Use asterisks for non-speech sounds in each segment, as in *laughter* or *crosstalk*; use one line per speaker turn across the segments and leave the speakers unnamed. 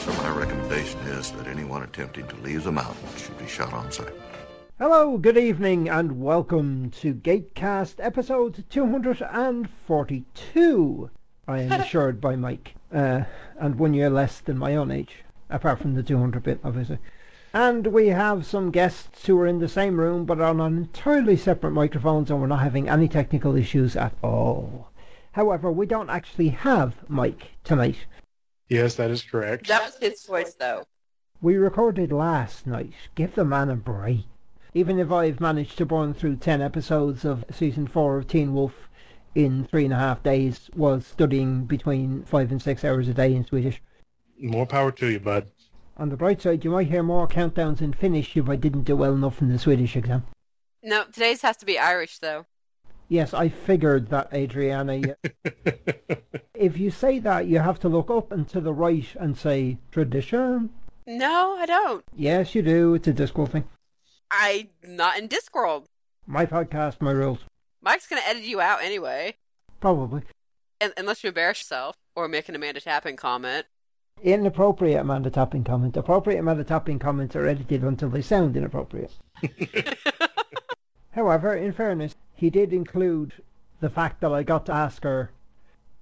so my recommendation is that anyone attempting to leave the mountain should be shot on sight.
Hello, good evening, and welcome to Gatecast episode 242. I am assured by Mike, uh, and one year less than my own age, apart from the 200 bit, obviously. And we have some guests who are in the same room but on entirely separate microphones, and we're not having any technical issues at all. However, we don't actually have Mike tonight.
Yes, that is correct.
That was his voice, though.
We recorded last night. Give the man a break. Even if I've managed to burn through 10 episodes of season 4 of Teen Wolf in three and a half days, was studying between five and six hours a day in Swedish.
More power to you, bud.
On the bright side, you might hear more countdowns in Finnish if I didn't do well enough in the Swedish exam.
No, today's has to be Irish, though.
Yes, I figured that, Adriana. if you say that, you have to look up and to the right and say, tradition.
No, I don't.
Yes, you do. It's a Discworld thing.
I'm not in Discworld.
My podcast, my rules.
Mike's gonna edit you out anyway,
Probably.
un- unless you embarrass yourself or make an Amanda Tapping comment.
Inappropriate Amanda Tapping comment. Appropriate Amanda Tapping comments are edited until they sound inappropriate. However, in fairness, he did include the fact that I got to ask her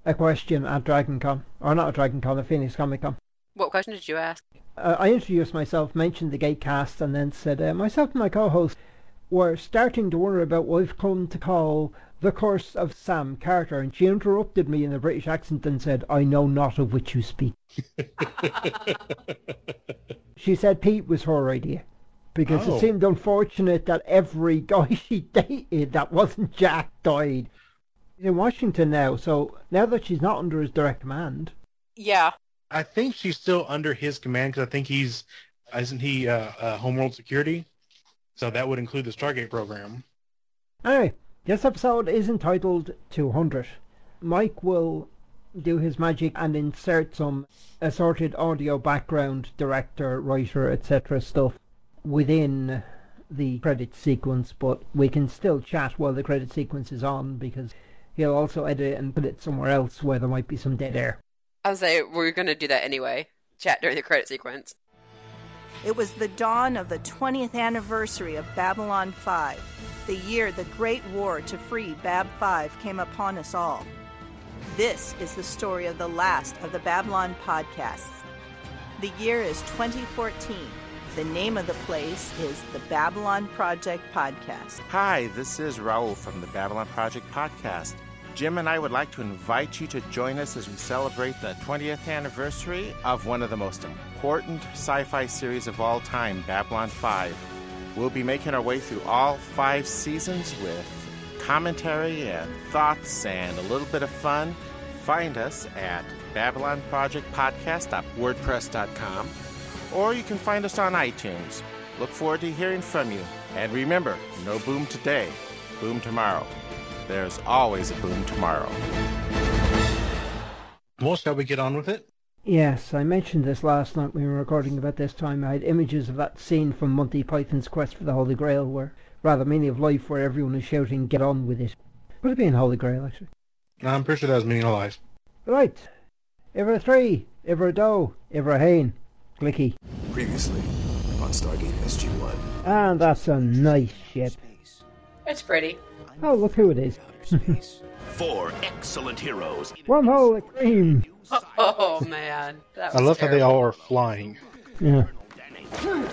a question at Dragon Con. Or not at Dragon Con, at Phoenix Comic Con.
What question did you ask?
uh, I introduced myself, mentioned the gatecast, and then said, uh, myself and my co-host were starting to wonder about what I've come to call the curse of Sam Carter, and she interrupted me in a British accent and said, I know not of which you speak. She said Pete was her idea. Because
Oh.
it seemed unfortunate that every *laughs* guy she dated that wasn't Jack died. She's in Washington now, so now that she's not under his direct command,
Yeah.
I think she's still under his command because I think he's, isn't he, uh, uh, Homeworld Security? So that would include the Stargate program.
Anyway, this episode is entitled 200. Mike will do his magic and insert some assorted audio background, director, writer, etc. stuff within the credit sequence, but we can still chat while the credit sequence is on because he'll also edit it and put it somewhere else where there might be some dead air.
I was like, we're gonna do that anyway. Chat during the credit sequence.
It was the dawn of the 20th anniversary of Babylon 5, the year the Great War to free Bab 5 came upon us all. This is the story of the last of the Babylon podcasts. The year is 2014. The name of the place is the Babylon Project Podcast.
Hi, this is Raul from the Babylon Project podcast. Jim and I would like to invite you to join us as we celebrate the 20th anniversary of one of the most important sci fi series of all time, Babylon 5. We'll be making our way through all five seasons with commentary and thoughts and a little bit of fun. Find us at babylonprojectpodcast.wordpress.com or you can find us on iTunes. Look forward to hearing from you. And remember, no boom today, boom tomorrow. There's always a boom tomorrow.
Well, shall we get on with it?
Yes, I mentioned this last night when we were recording about this time. I had images of that scene from Monty Python's Quest for the Holy Grail, where rather meaning of life, where everyone is shouting, "Get on with it!" Would it be in Holy Grail actually?
I'm pretty sure that was meaning of life.
Right. Ever a three, ever a doe, ever a hane, clicky,
Previously on Stargate SG-1.
and that's a nice ship.
It's pretty.
Oh, look who it is! *laughs*
Four excellent heroes.
One hole of cream.
Oh *laughs* man, that
I
was
love how they
terrible.
all are flying.
Yeah.
Hmm.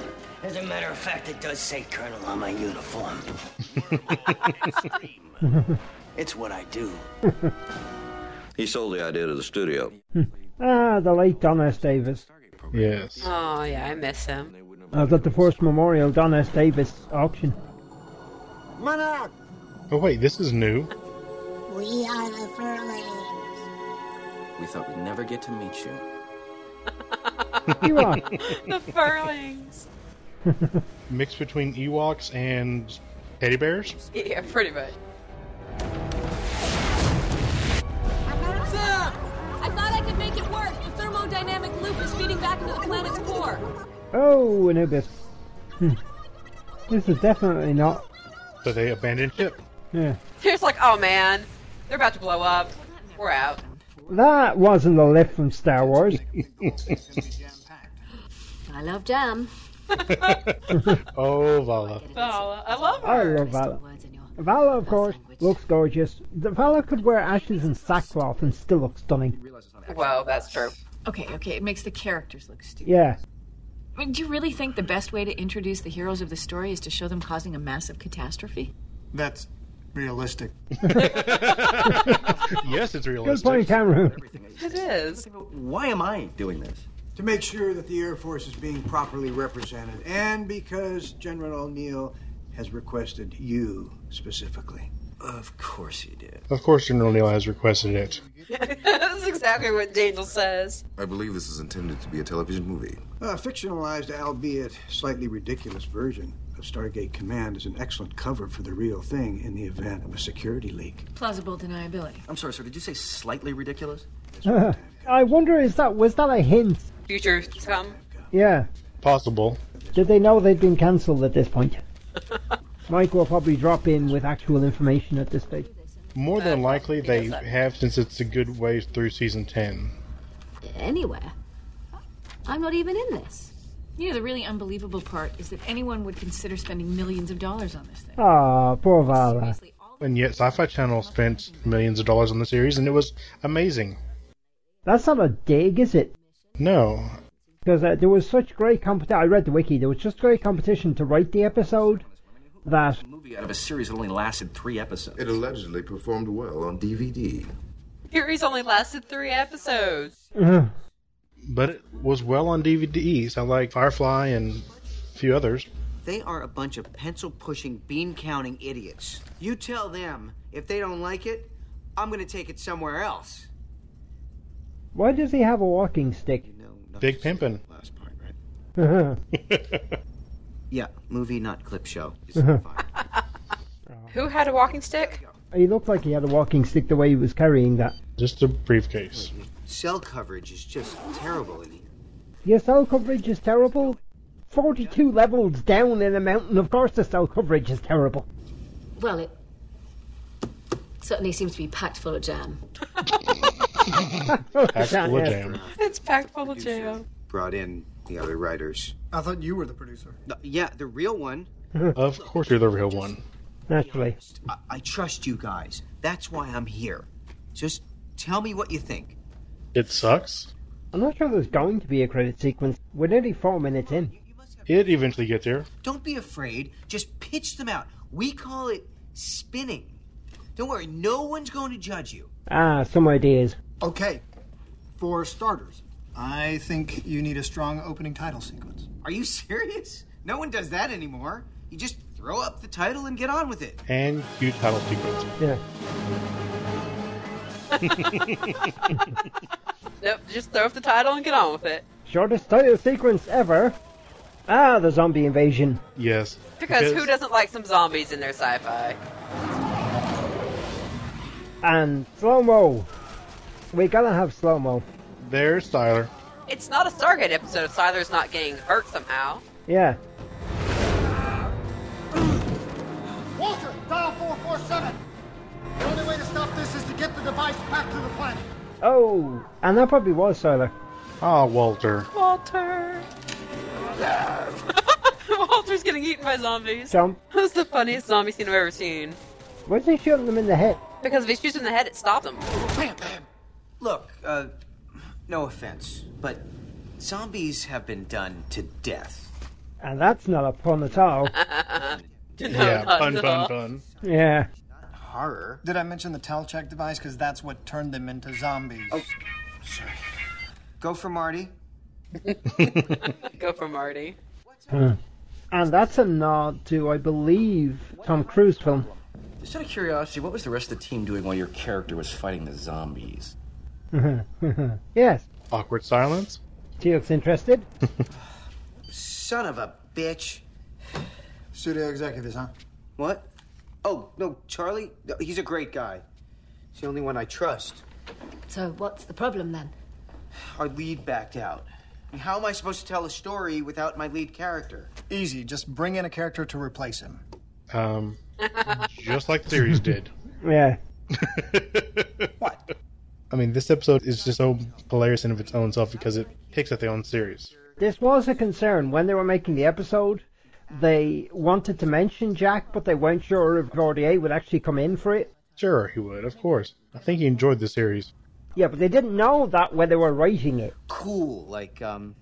As a matter of fact, it does say Colonel on my uniform. it's what I do.
He sold the idea to the studio.
*laughs* Ah, the late Don S. Davis.
Yes.
Oh yeah, I miss him.
I was at the first memorial Don S. Davis auction.
*laughs* Oh, wait, this is new.
We are the Furlings.
We thought we'd never get to meet you.
Ewok.
*laughs* the furlings.
Mixed between Ewoks and teddy bears.
Yeah, pretty much.
Zap! I thought I could make it work. The thermodynamic loop is feeding back into the planet's core.
Oh, Anubis. Hmm. This is definitely not.
So they abandoned ship.
Yeah.
It's like, oh man, they're about to blow up. We're out.
That wasn't a lift from Star Wars.
I love jam.
*laughs* oh, Vala.
Oh, I love
I
her.
love Vala. Vala, of course, looks gorgeous. The Vala could wear ashes and sackcloth and still look stunning.
Well, that's true.
Okay, okay, it makes the characters look stupid.
Yeah.
I mean, do you really think the best way to introduce the heroes of the story is to show them causing a massive catastrophe?
That's realistic.
*laughs* yes, it's realistic.
Good point, Cameron. *laughs*
It is.
Why am I doing this? To make sure that the Air Force is being properly represented, and because General O'Neill has requested you specifically. Of course he did.
Of course, General Neil has requested it.
*laughs* That's exactly what Daniel says.
I believe this is intended to be a television movie.
A fictionalized, albeit slightly ridiculous version of Stargate Command is an excellent cover for the real thing in the event of a security leak.
Plausible deniability.
I'm sorry, sir. Did you say slightly ridiculous?
I wonder, is that was that a hint?
Future to come.
Yeah.
Possible.
Did they know they'd been cancelled at
*laughs*
this point? Mike will probably drop in with actual information at this stage.
More than likely, they have since it's a good way through season ten.
Anywhere. I'm not even in this.
You know, the really unbelievable part is that anyone would consider spending millions of dollars on this thing.
Ah, poor Vala.
And yet, Sci-Fi Channel spent millions of dollars on the series, and it was amazing.
That's not a dig, is it?
No,
Because uh, there was such great competition. I read the wiki. There was just great competition to write the episode that
movie out of a series that only lasted three episodes.
It allegedly performed well on DVD.
Fury's only lasted three episodes.
Mm-hmm.
but it was well on DVD. So like Firefly and a few
*laughs*
others.
*laughs* They are a bunch of pencil pushing, bean counting idiots. You tell them if they don't like it, I'm going to take it somewhere else.
why does he have a walking stick?
Big Pimpin.
Last part, right?
oh,
Yeah, movie, not clip show.
Who had a walking stick?
*laughs* he looked like he had a walking stick the way he was carrying that.
Just a briefcase.
Cell coverage is just
*laughs*
terrible in here.
Your cell coverage is terrible. Forty-two levels down in a mountain. Of course, the cell coverage is terrible.
Well, it certainly seems to be packed full of jam.
Oh,
Actual jam.
*laughs* It's packed full of jam.
Brought in the other writers.
I thought you were the producer.
No, yeah, the real one.
Of course, you're the real one.
Naturally.
I, I trust you guys. That's why I'm here. Just tell me what you think.
It sucks.
I'm not sure there's going to be a credit sequence. We're nearly four minutes in.
It eventually gets here.
Don't be afraid. Just pitch them out. We call it spinning. Don't worry, no one's going to judge you.
Ah, some
*laughs*
ideas.
Okay, for starters, I think you need a strong opening title sequence.
Are you *laughs* serious? No one does that anymore. You just throw up the title and get on with it.
And you title sequence.
Yeah.
Nope, just throw up the title and get on with it.
Shortest title sequence ever. Ah, the zombie invasion.
Yes.
Because who doesn't like some zombies in their sci-fi?
And slow mo. We gotta have slow mo.
There's Tyler.
It's not a Stargate episode. Siler's not getting hurt somehow.
Yeah.
Walter, dial 447. The only way to stop this is to get the device back to the planet.
Oh, and that probably was Solar.
Ah, Walter.
Walter. *laughs* Walter's getting eaten by zombies.
Jump.
That's the funniest zombie scene I've ever seen.
Was he shooting them in the head?
Because if he shoots in the head, it stops him.
Look, uh, no offense, but zombies have been done to death.
And that's not a pun at all.
yeah, fun,
*laughs*
fun, fun. *laughs*
yeah.
Horror.
Did I mention the Telchek device? Because that's what turned them into zombies.
Oh, sorry. Go for Marty.
*laughs* Go for Marty.
Hmm. And that's a nod to, I believe, Tom Cruise film. *laughs*
Just out of curiosity, what was the rest of the team doing while your character was fighting the zombies?
yes.
Awkward silence.
Teal's interested.
*laughs*
Son of a bitch.
Studio executives, huh?
What? Oh, no, Charlie, no, he's a great guy. He's the only one I trust.
So what's the problem then?
Our lead backed out. And how am I supposed to tell a story without my lead character?
Easy. Just bring in a character to replace him.
*laughs*
Um, just like the series did.
*laughs*
*laughs*
Yeah.
what? I mean, this episode is just so hilarious in of its own self because it picks at their own series.
This was a concern when they were making the episode. They wanted to mention Jack, but they weren't sure if Gordier would actually come in for it.
Sure, he would, of course. I think he enjoyed the series.
Yeah, but they didn't know that when they were writing it.
Cool, like um,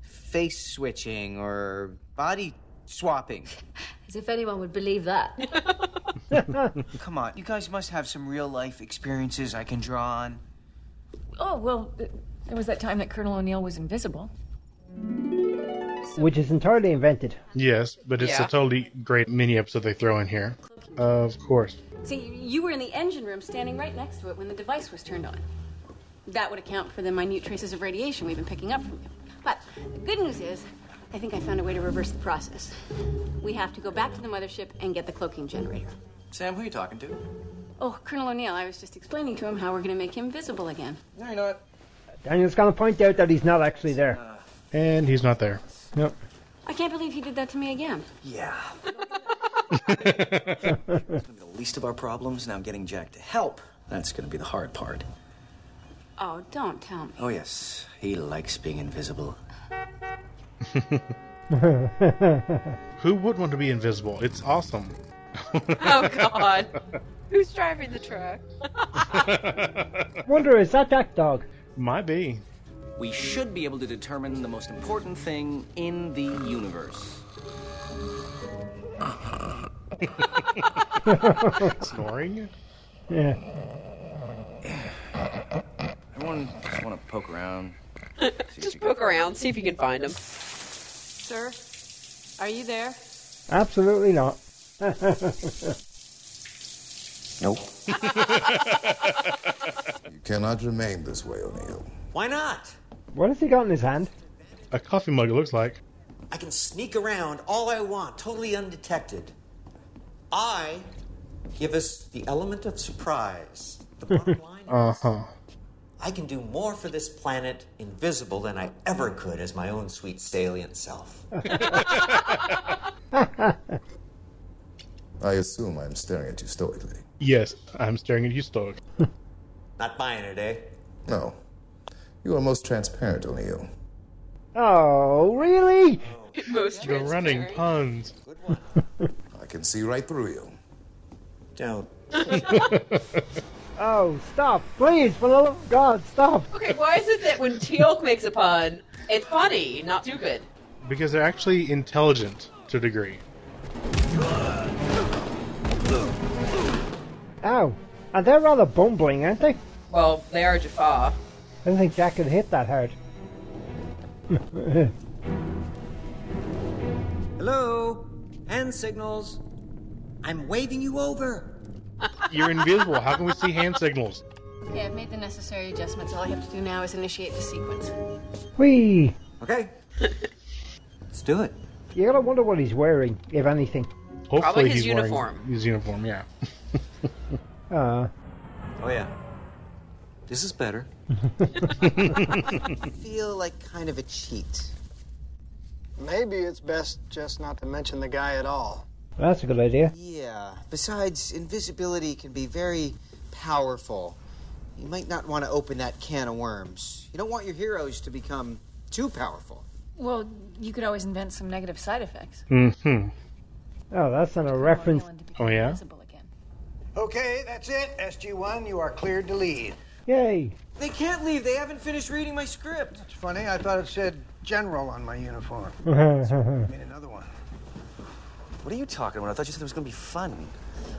face switching or body
*laughs*
swapping.
As if anyone would believe that.
Come on, you guys must have some real life experiences I can draw on.
Oh, well, th- there was that time that Colonel O'Neill was invisible.
Which is entirely invented.
Yes, but it's
Yeah.
a totally great mini episode they throw in here. of
*laughs*
course.
See, you were in the engine room standing right next to it when the device was turned on. That would account for the minute traces of radiation we've been picking up from you. But the good news is, I think I found a way to reverse the process. We have to go back to the mothership and get the cloaking generator.
Sam, who are you talking to?
*laughs*
Oh, Colonel O'Neill, I was just explaining to him how we're going to make him visible again.
No, you're not.
Daniel's going to point out that he's not actually there.
Ah. And he's not there. Yep.
I can't believe he did that to me again.
Yeah. it's gonna be the least of our problems. Now getting Jack to help. That's gonna be the hard part.
Oh, don't tell me.
Oh yes, he likes being invisible.
Who would want to be invisible? It's awesome.
*laughs* Oh
*laughs*
God. Who's driving the truck?
Wonder is that Jack Dog?
Might be.
*laughs*
We should be able to determine the most important thing in the universe. *laughs*
Snoring?
Yeah.
Everyone just want to poke around.
*laughs* Just poke around, see if you can find him.
Sir, are you there?
Absolutely not. *laughs*
Nope. you cannot remain this way, O'Neill.
*laughs* Why not?
what has he got in his hand?
A coffee mug, it looks like.
I can sneak around all I want, totally undetected. I give us the element of surprise.
*laughs*
Uh
Uh-huh.
huh.
I can do more for this planet invisible than I ever could as my own sweet salient self.
I assume I'm staring at you stoically.
Yes, I'm staring at you, Stoic.
Not buying it, eh?
No. You are most transparent, O'Neill.
*laughs* Oh, really?
Most
You're running puns.
*laughs* I can see right through you.
*laughs*
Don't.
Oh, stop. Please, for the love of God, stop.
Okay, why is it that when Teal'c makes a pun, it's funny, not stupid?
Because they're actually intelligent to a degree.
Ow. And they're rather bumbling, aren't they?
Well, they are Jafar.
I don't think Jack could hit that hard. *laughs*
Hello? Hand signals. I'm waving you over.
You're invisible. How can we see hand
*laughs*
signals?
Okay, I've made the necessary adjustments. All I have to do now is initiate the sequence.
Whee!
Okay. Let's do it.
You gotta wonder what he's wearing, if anything.
Hopefully
Probably his
he's wearing
uniform.
his uniform, yeah.
*laughs* Uh,
Oh yeah.
This is better. I feel like kind of a cheat.
Maybe it's best just not to mention the guy at all.
that's a good idea.
Yeah. Besides, invisibility can be very powerful. You might not want to open that can of worms. You don't want your heroes to become too powerful.
Well, you could always invent some negative side effects.
Mm-hmm.
Oh, that's not a reference.
Oh, yeah?
Okay, that's it. SG1, you are cleared to leave.
Yay.
They can't leave. They haven't finished reading my script.
It's funny, I thought it said general on my uniform.
Made
another one.
What are you talking about? I thought you said it was gonna be fun.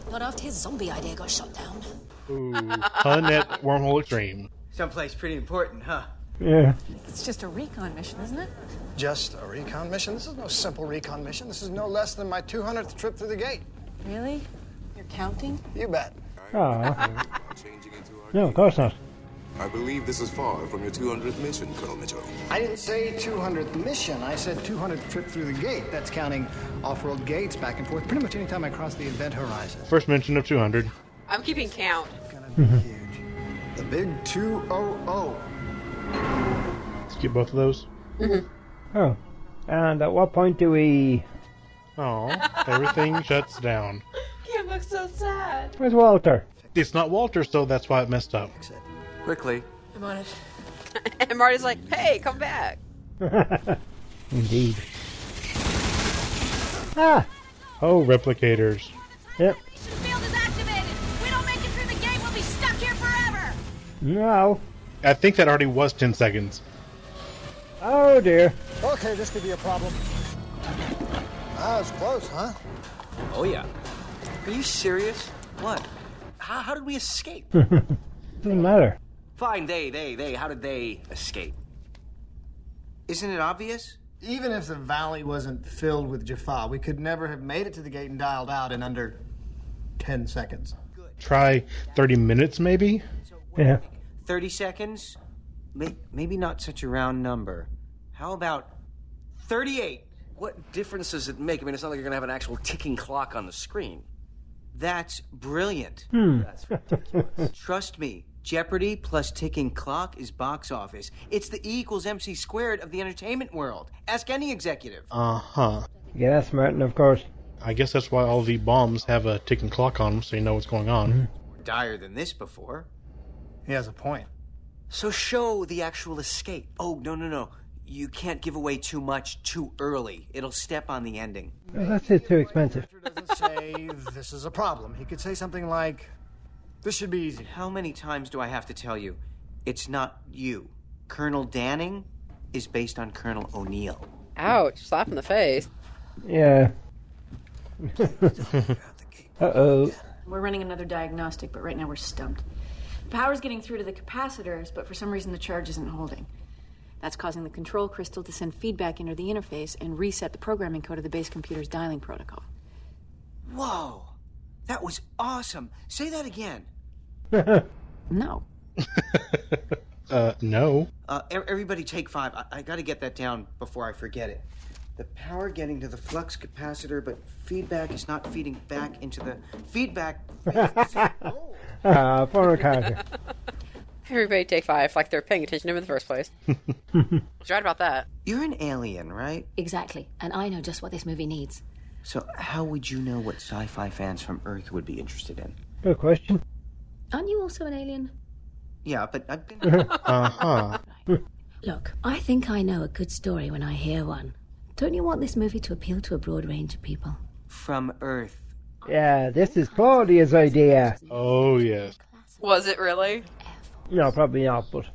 Not after his zombie idea got shut down.
Ooh. Pun at wormhole extreme.
Someplace pretty important, huh?
Yeah.
It's just a recon mission, isn't it?
Just a recon mission? This is no simple recon mission. This is no less than my 200th trip through the gate.
Really? You're counting?
You bet.
Aw. No, of course not.
I believe this is far from your 200th mission, Colonel Mitchell.
I didn't say 200th mission. I said 200th trip through the gate. That's counting off-world gates back and forth pretty much any time I cross the event horizon.
First mention of 200.
I'm keeping count.
The big 200.
Let's get both of those.
Mm-hmm.
Oh. And at what point do we.
Oh,
*laughs*
everything shuts down.
Cam looks so sad.
Where's Walter?
It's not Walter, so that's why it messed up.
Quickly.
I'm on it.
*laughs* and Marty's like, hey, come back.
*laughs*
Indeed. Ah!
Oh, replicators.
Yep.
Field is activated. We don't make it through the gate, we'll be stuck here forever.
No.
I think that already was 10 seconds.
Oh dear.
Okay, this could be a problem. That was Ah, close, huh?
Oh, yeah. Are you serious? What? How, how did we escape?
Doesn't matter.
Fine, they, they, they. How did they escape?
Isn't it obvious? Even if the valley wasn't filled with Jaffa, we could never have made it to the gate and dialed out in under 10 seconds.
*laughs* Try 30 minutes, maybe?
Yeah.
30 seconds? May- maybe not such a round *laughs* number. How about 38?
What difference does it make? I mean, it's not like you're going to have an actual ticking clock on the screen.
That's brilliant.
Hmm.
That's
*laughs*
ridiculous. Trust me, Jeopardy plus ticking clock is box office. It's the E equals MC squared of the entertainment world. Ask any executive.
Uh huh.
Yeah, that's Martin, of course.
I guess that's why all the bombs have a ticking clock on them so you know what's going on.
Dire than this before.
He has a point.
So show the actual escape. Oh, no, no, no. You can't give away too much too early. It'll step on the ending.
Oh, that's it, too expensive.
doesn't *laughs* say this is a problem. He could say something like, this should be easy.
How many times do I have to tell you? It's not you. Colonel Danning is based on Colonel O'Neill.
Ouch! Slap in the face.
*laughs*
Yeah. uh oh.
We're running another diagnostic, but right now we're stumped. Power's getting through to the capacitors, but for some reason the charge isn't holding. That's causing the control crystal to send feedback into the interface and reset the programming code of the base computer's dialing protocol.
Whoa! That was awesome. Say that again.
Mm-hmm.
No.
*laughs* Uh, no.
Uh, e- everybody take five. I, I gotta get that down before I forget it. The power getting to the flux capacitor, but feedback is not feeding back into the feedback.
Ah, foreign character.
Everybody take five, like they're paying attention to him in the first place. I was right about that.
You're an alien, right?
Exactly. And I know just what this movie needs.
So how would you know what sci-fi fans from Earth would be interested in?
Good question.
Aren't you also an alien?
Yeah, but I've been.
Uh huh.
Look, I think I know a good story when I hear one. Don't you want this movie to appeal to a broad range of people?
From Earth.
Yeah, this is Claudia's idea.
Oh, yes.
Was it really?
No, probably not, but.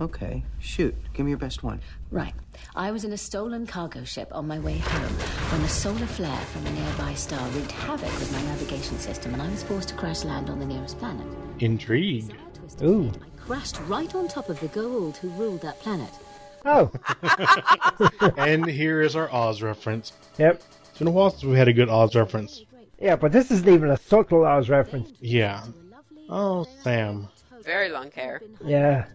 Okay, shoot. Give me your best one.
Right. I was in a stolen cargo ship on my way home when a solar flare from a nearby star wreaked havoc with my navigation system and I was forced to crash land on the nearest planet.
Intrigued.
Ooh.
I crashed right on top of the Goa'uld who ruled that planet.
Oh.
and here is our Oz reference.
Yep.
It's been a while since we had a good Oz reference.
Yeah, but this isn't even a subtle Oz reference.
Yeah. Oh, Sam.
Very long hair.
Yeah.
*laughs*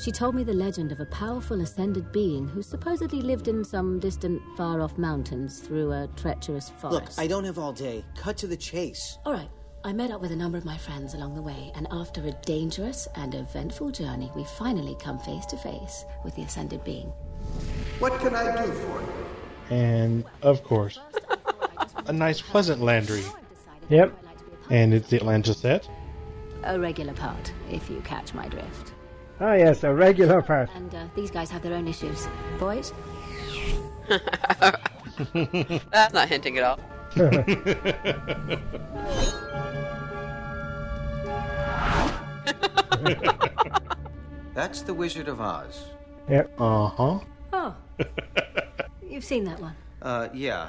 She told me the legend of a powerful ascended being who supposedly lived in some distant, far off mountains through a treacherous
Look,
forest.
I don't have all day. Cut to the chase.
All right. I met up with a number of my friends along the way, and after a dangerous and eventful journey, we finally come face to face with the ascended being.
What can I do for you?
And, of course, a nice pleasant Landry.
Yep.
And it's the Atlanta
*laughs*
set.
A regular part, if you catch my drift.
Oh, yes, a regular part.
And uh, these guys have their own issues. Boys?
That's Ah, not hinting
*laughs*
at all.
That's the Wizard of Oz.
Yep.
Uh huh.
Oh. You've seen that one.
Uh, yeah.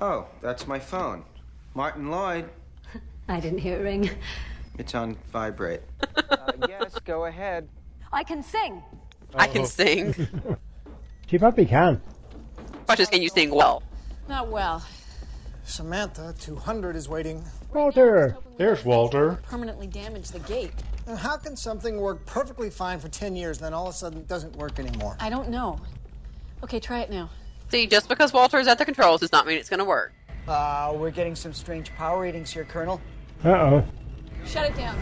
Oh, that's my phone. Martin Lloyd.
I didn't hear it ring.
It's on vibrate. Uh, yes, go ahead.
I can sing.
*laughs* I can sing.
*laughs* She probably can.
Question is, can you sing well?
Not well.
Samantha, 200 is waiting.
Walter!
There's Walter.
Permanently damage the gate.
And how can something work perfectly fine for 10 years, then all of a sudden it doesn't work anymore?
I don't know. Okay, try it now.
See, just because Walter's at the controls does not mean it's going to work.
Uh, we're getting some strange power readings here, Colonel.
Uh *laughs* oh.
Shut it down.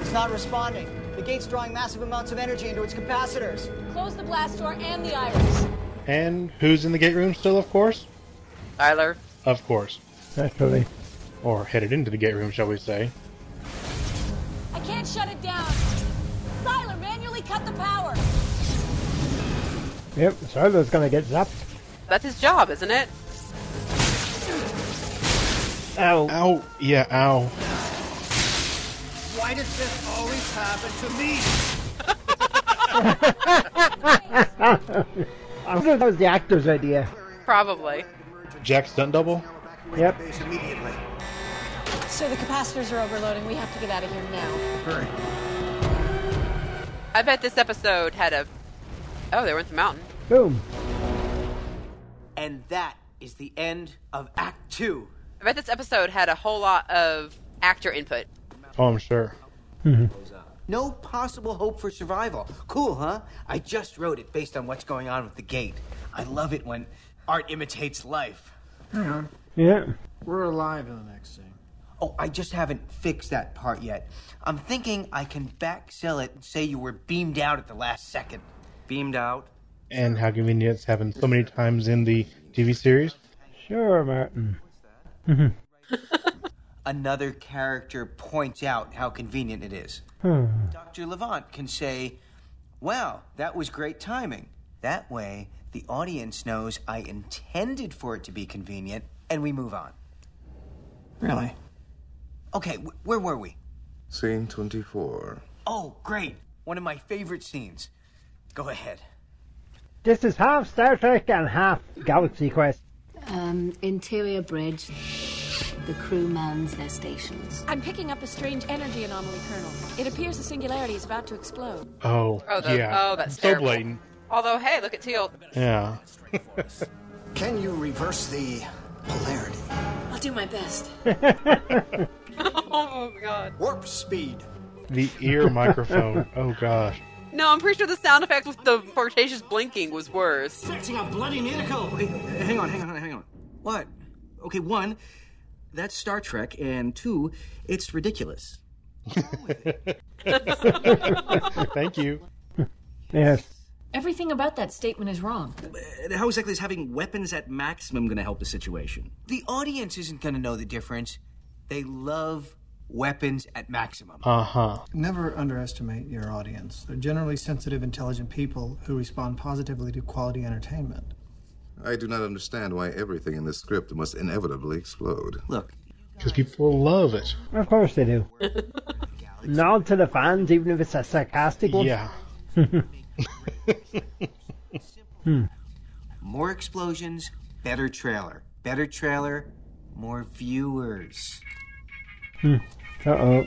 It's not responding. The gate's drawing massive amounts of energy into its capacitors.
Close the blast door and the iris.
And who's in the gate room still, of course?
Tyler.
Of course.
Naturally.
Or headed into the gate room, shall we say.
I can't shut it down. Siler, manually cut the power.
Yep, Siler's gonna get zapped.
That's his job, isn't it?
Ow.
Ow. Yeah, ow.
Why does this always happen to me?
I wonder if that was the actor's idea.
Probably.
Jack stunt double?
Yep.
Immediately.
So the capacitors are overloading. We have to get out of here now.
Hurry.
I bet this episode had a. Oh, they were in the mountain.
Boom.
And that is the end of Act Two.
I bet this episode had a whole lot of actor input.
Oh, I'm sure.
Mm-hmm.
No possible hope for survival.
Cool, huh? I just wrote it based on what's going on with the gate. I love it when art imitates life.
Hang on.
Yeah.
We're alive in the next scene.
Oh, I just haven't fixed that part yet. I'm thinking I can back sell it and say you were beamed out at the last second. Beamed out?
And how convenient it's happened so many times in the TV series.
Sure, Martin.
Another character points out how convenient it is.
Hmm.
Dr. Levant can say, Wow, that was great timing. That way, the audience knows I intended for it to be convenient, and we move on.
Really?
Okay, wh- where were we?
Scene 24.
Oh, great. One of my favorite scenes. Go ahead.
This is half Star Trek and half Galaxy Quest.
Um, interior bridge. The crew mans their stations.
I'm picking up a strange energy anomaly, Colonel. It appears the singularity is about to explode.
*laughs* Oh,
Oh, the-
yeah.
oh, that's
so
terrible.
blatant.
Although, hey, look at Teal.
Yeah. *laughs*
Can you reverse the polarity?
I'll do my best.
*laughs* oh my god.
Warp speed.
the ear microphone. Oh gosh.
No, I'm pretty sure the sound effect with the flirtatious blinking was worse.
Fixing a bloody nautical.
Wait, hang on, hang on, hang on. What? Okay, one, that's Star Trek, and two, it's ridiculous.
*laughs* Thank you.
Yes.
Everything about that statement is wrong.
Uh, How exactly is having weapons at maximum going to help the situation? The audience isn't going to know the difference. They love weapons at maximum.
Uh
*laughs*
huh.
Never underestimate your audience. They're generally sensitive, intelligent people who respond positively to quality entertainment.
I do not understand why everything in this script must inevitably explode.
Look.
Because people love it.
Of course they do. *laughs* Nod to the fans, even if it's a sarcastic one. *laughs*
Yeah.
More explosions, better trailer. Better trailer, more viewers.
uh oh.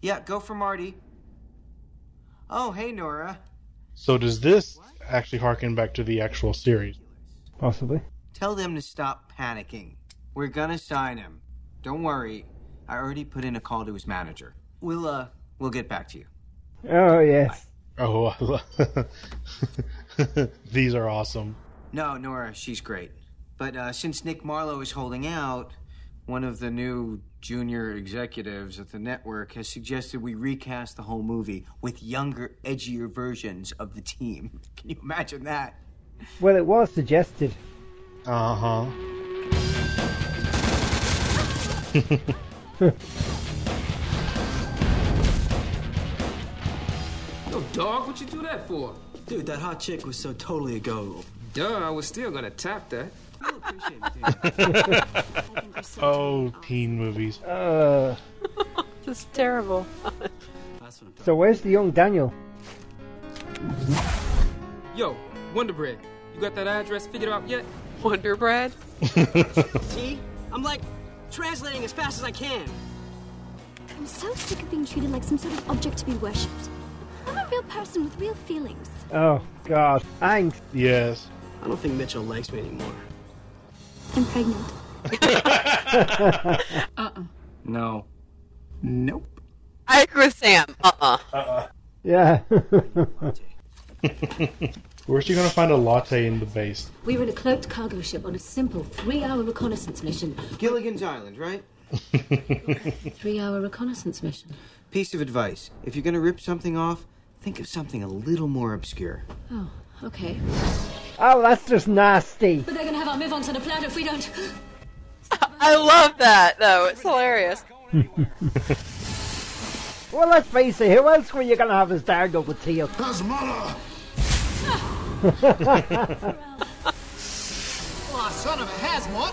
Yeah, go for Marty. Oh, hey, Nora.
So does this actually harken back to the actual series?
Possibly.
Tell them to stop panicking. We're gonna sign him. Don't worry. I already put in a call to his manager. We'll uh we'll get back to you.
Oh, yes.
Oh, I lo- *laughs* these are
*laughs*
awesome.
No, Nora, she's great. But uh, since Nick Marlowe is holding out, one of the new junior executives at the network has suggested we recast the whole movie with younger, edgier versions of the team. *laughs* Can you imagine that?
Well, it was suggested.
Uh huh.
Yo, dog, what you do that for? Dude, that hot chick was so totally a go. Duh, I was still gonna tap that.
oh, teen movies.
Uh,
This is terrible.
so where's the *laughs* young Daniel?
Yo, Wonder Bread, you got that address figured out yet?
Wonder Bread?
*laughs* See?
I'm like translating as fast as I can.
I'm so sick of being treated like some sort of object to be worshipped. I'm a real person with real feelings.
Oh, God. Thanks.
Yes.
I don't think Mitchell likes me anymore.
Uh-uh.
I'm pregnant.
No.
Nope.
I agree with Sam. Uh-uh.
Yeah.
*laughs* Where's she gonna find a latte in the
*laughs*
base?
We were in a cloaked cargo ship on a simple three-hour reconnaissance mission.
Gilligan's Island, right?
Three-hour reconnaissance mission.
Piece of advice. If you're going to rip something off, think of something a little more obscure.
Oh, okay.
Oh, that's just nasty.
But they're gonna have our mivons on a platter if we don't.
*laughs* I love that though. It's hilarious.
*laughs* Well, let's face it, who else were you going to have as Dargo but Teal?
Oh, son of a hazmat!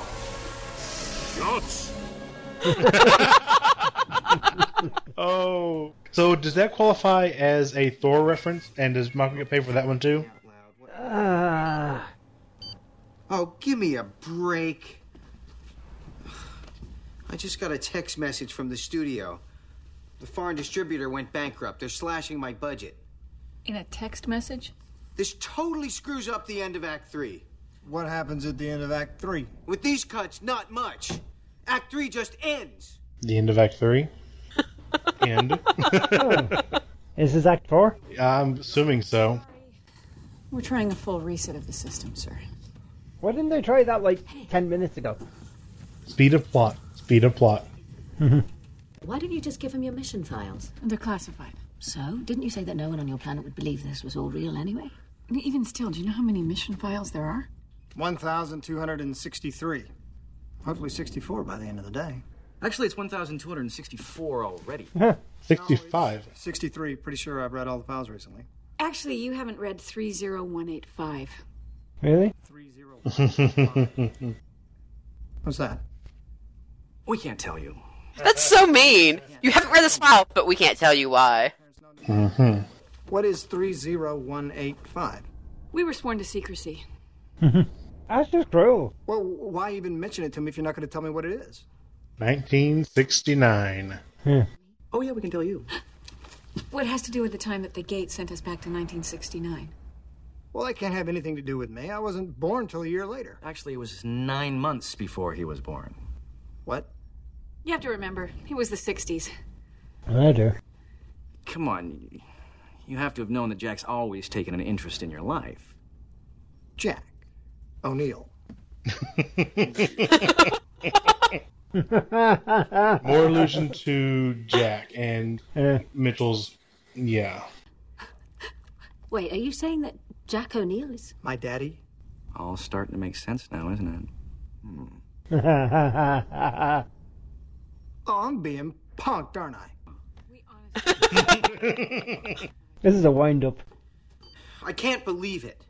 *laughs*
Nuts. oh. So does that qualify as a Thor reference? And does Michael get paid for that one too?
Ah.
Oh,
give me a
break. I just got a text message from the studio. The foreign distributor went bankrupt. They're slashing my budget.
In a text message?
This totally screws up the end of Act 3.
What happens at the end of Act 3?
With these cuts, not much. Act 3 just
*laughs*
ends.
The end of Act
*laughs*
Three. End.
Hmm. Is this Act Four?
I'm assuming so.
We're trying a full reset of the system, sir.
*laughs* Why didn't they try that like 10 minutes ago?
Speed of plot. Speed of plot.
Why didn't you just give him your mission files?
They're classified.
So, didn't you say that no one on your planet would believe this was all real anyway?
And Even still, do you know how many mission files there are?
1,263. Hopefully 64 by the end of the day.
Actually, it's 1,264
*laughs*
already.
65.
63. Pretty sure I've read all the files recently.
Actually, you haven't read 30185.
*laughs*
*laughs* Really?
What's that?
We can't tell you.
That's so mean. You haven't read this file, but we can't tell you why.
Mm-hmm.
What is 30185?
We were sworn to secrecy.
That's just cruel.
Mm-hmm. Well, why even mention it to me if you're not going to tell me what it is?
1969.
Hmm.
Oh, yeah, we can tell you.
What has to do with the time that the gate sent us back to 1969?
Well, that can't have anything to do with me. I wasn't born till a year later.
Actually, it was nine months before he was born.
What?
You have to remember, it was the 60s.
I do.
Come on. You have to have known that Jack's always taken an interest in your life.
Jack. O'Neill.
*laughs*
More allusion to Jack and
Eh.
Mitchell's. Yeah.
Wait, are you saying that Jack O'Neill is.
My daddy?
All starting to make sense now, isn't it?
oh, I'm being punked, aren't I?
*laughs*
*laughs*
This is a wind up.
I can't believe it.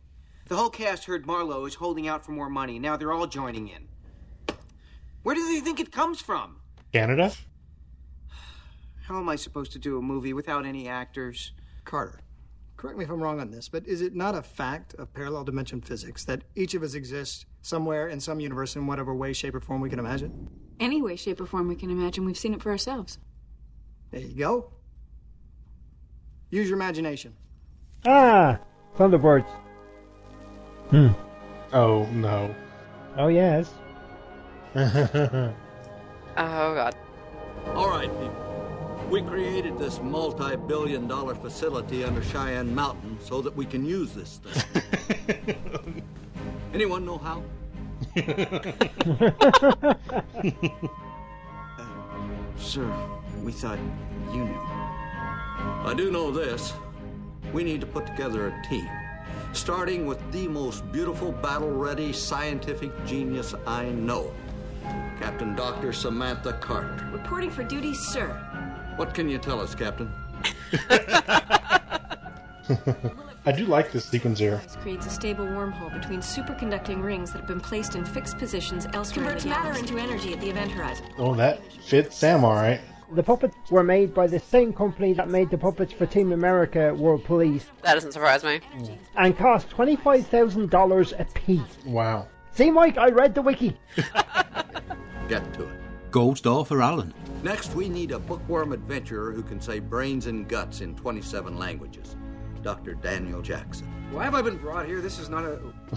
The whole cast heard Marlowe is holding out for more money. Now they're all joining in. Where do they think it comes from?
Canada?
How am I supposed to do a movie without any actors?
Carter, correct me if I'm wrong on this, but is it not a fact of parallel dimension physics that each of us exists somewhere in some universe in whatever way, shape, or form we can imagine?
Any way, shape, or form we can imagine, we've seen it for ourselves.
There you go. Use your imagination.
Ah! Thunderbirds. Hmm.
Oh, no. *laughs*
Oh, yes.
Oh god.
All right, people. We created this multi billion dollar facility under Cheyenne Mountain so that we can use this thing. Anyone know how?
Sir, we thought you knew.
I do know this. We need to put together a team, starting with the most beautiful, battle ready scientific genius I know Captain Dr. Samantha Carter.
Reporting for duty, sir.
What can you tell us, Captain?
I do like this sequence here.
This creates a stable wormhole between superconducting rings that have been placed in fixed positions elsewhere.
Converts
in the
matter
atmosphere.
into energy at the event horizon.
Oh, that fits Sam all right.
The puppets were made by the same company that made the puppets for Team America World Police
That doesn't surprise me.
and cost $25,000 a piece.
Wow.
See, Mike, I read the wiki.
Get to it.
Gold star for Alan.
Next, we need a bookworm adventurer who can say brains and guts in 27 languages. Dr. Daniel Jackson.
Why have I been brought here? This is not a.
*laughs*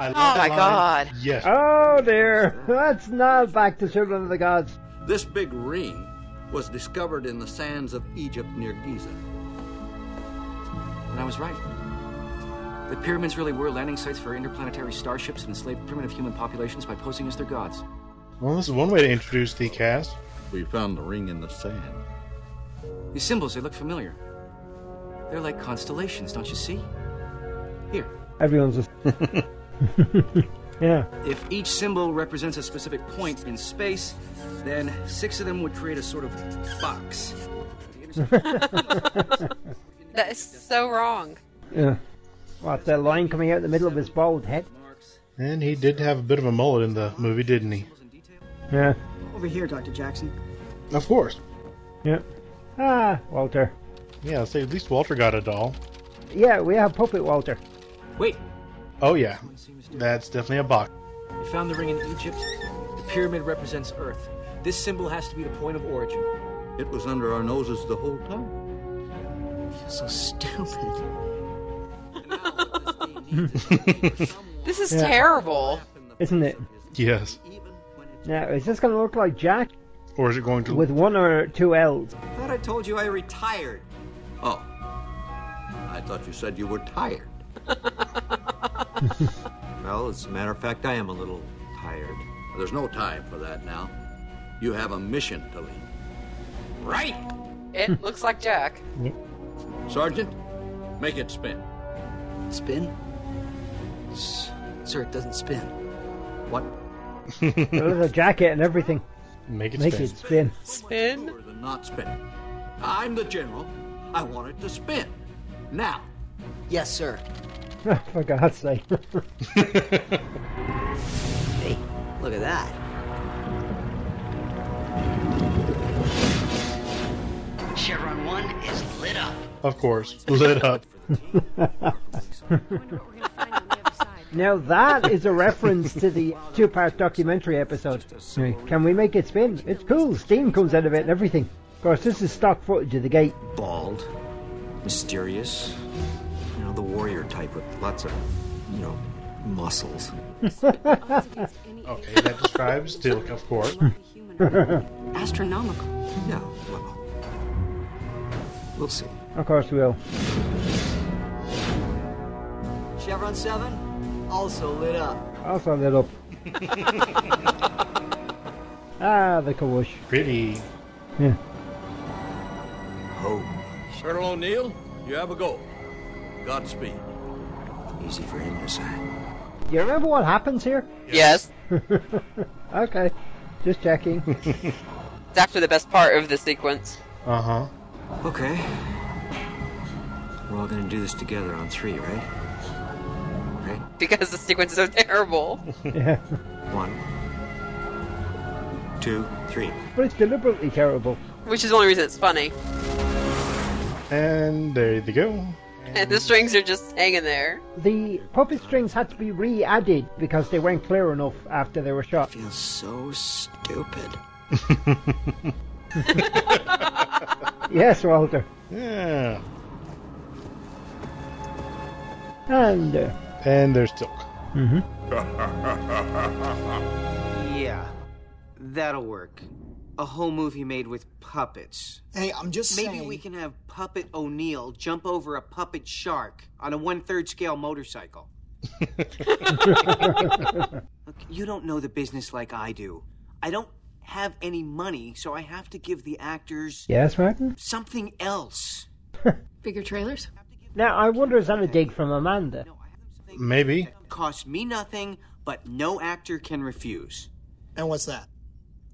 I
love that line.
Yes.
Oh, dear. That's not back to Children of the Gods.
This big ring was discovered in the sands of Egypt near Giza.
And I was right. The pyramids really were landing sites for interplanetary starships and enslaved primitive human populations by posing as their gods.
Well, this is one way to introduce the cast.
We found the ring in the sand.
These symbols, they look familiar. They're like constellations, don't you see?
Everyone's
*laughs*
just. yeah.
If each symbol represents a specific point in space, then six of them would create a sort of box.
That is so wrong.
Yeah. What, the line coming out the middle of his bald head?
And he did have a bit of a mullet in the movie, didn't he?
Yeah.
Over here, Dr. Jackson.
Of course.
Yeah. Ah, Walter.
Yeah, see, at least Walter got a doll.
Yeah, we have Puppet Walter.
Wait.
Oh, yeah. That's definitely a box. *laughs*
You found the ring in Egypt. The pyramid represents Earth. This symbol has to be the point of origin.
It was under our noses the whole time.
So stupid.
This is
Yeah.
terrible.
Isn't it?
Yes.
Now, is this going to look like Jack?
Or is it going to.
With one or
*laughs*
two L's.
I thought I told you I retired. Oh. I thought you said you
*laughs*
were tired. well, as a matter of fact, I am a little tired. There's no time for that now. You have a mission to lead. Right!
It looks like Jack.
Sergeant, make it spin.
Spin? S- sir, it doesn't spin.
What?
a little jacket and everything.
Make
Make it spin. *laughs*
Spin?
Or the not spin. I'm the general. I want it to spin. Now.
Yes, sir.
For God's sake.
*laughs*
*laughs*
Hey, look at that.
Chevron 1 is lit up.
Of course. Lit up. *laughs*
*laughs* now that is a reference to the two-part documentary episode. Can we make it spin? It's cool. Steam comes out of it and everything. Of course, this is stock footage of
*laughs*
the gate.
Bald, mysterious, you know, the warrior type with lots of, you know, muscles.
okay, that describes Dilk, of
*laughs*
course.
Astronomical.
Yeah, well, we'll see.
Of course, we will.
Chevron 7, also lit up.
Also lit up. Ah, the kawoosh.
Pretty.
Yeah.
Oh. Colonel O'Neill, you have a go. Godspeed. Easy for him to say.
Do you remember what happens here?
Yes.
*laughs* okay.
*laughs*
Just checking.
It's actually the best part of the sequence.
Uh huh.
Okay. We're all gonna do this together on three, right?
Because the sequence is so terrible.
yeah.
One, two, three.
But it's deliberately terrible.
Which is the only reason it's funny.
And there they go.
And the strings are just hanging there.
The puppet strings had to be re-added because they weren't clear enough after they were shot.
Feels so
*laughs*
stupid.
yes, Walter.
Yeah.
And uh,
And there's Dilk.
Mm-hmm.
*laughs* yeah,
that'll work.
A whole movie made with puppets.
Hey, I'm just
Maybe
saying-
we can have Puppet O'Neill jump over a puppet shark on a one-third scale
*laughs*
motorcycle. Look, you don't know the business like I do. I don't have any money, so I have to give the actors
yes, Martin.
something
*laughs*
else.
Bigger trailers?
Now I wonder is that a dig from Amanda?
Maybe.
Costs me nothing, but no actor can refuse.
And what's that?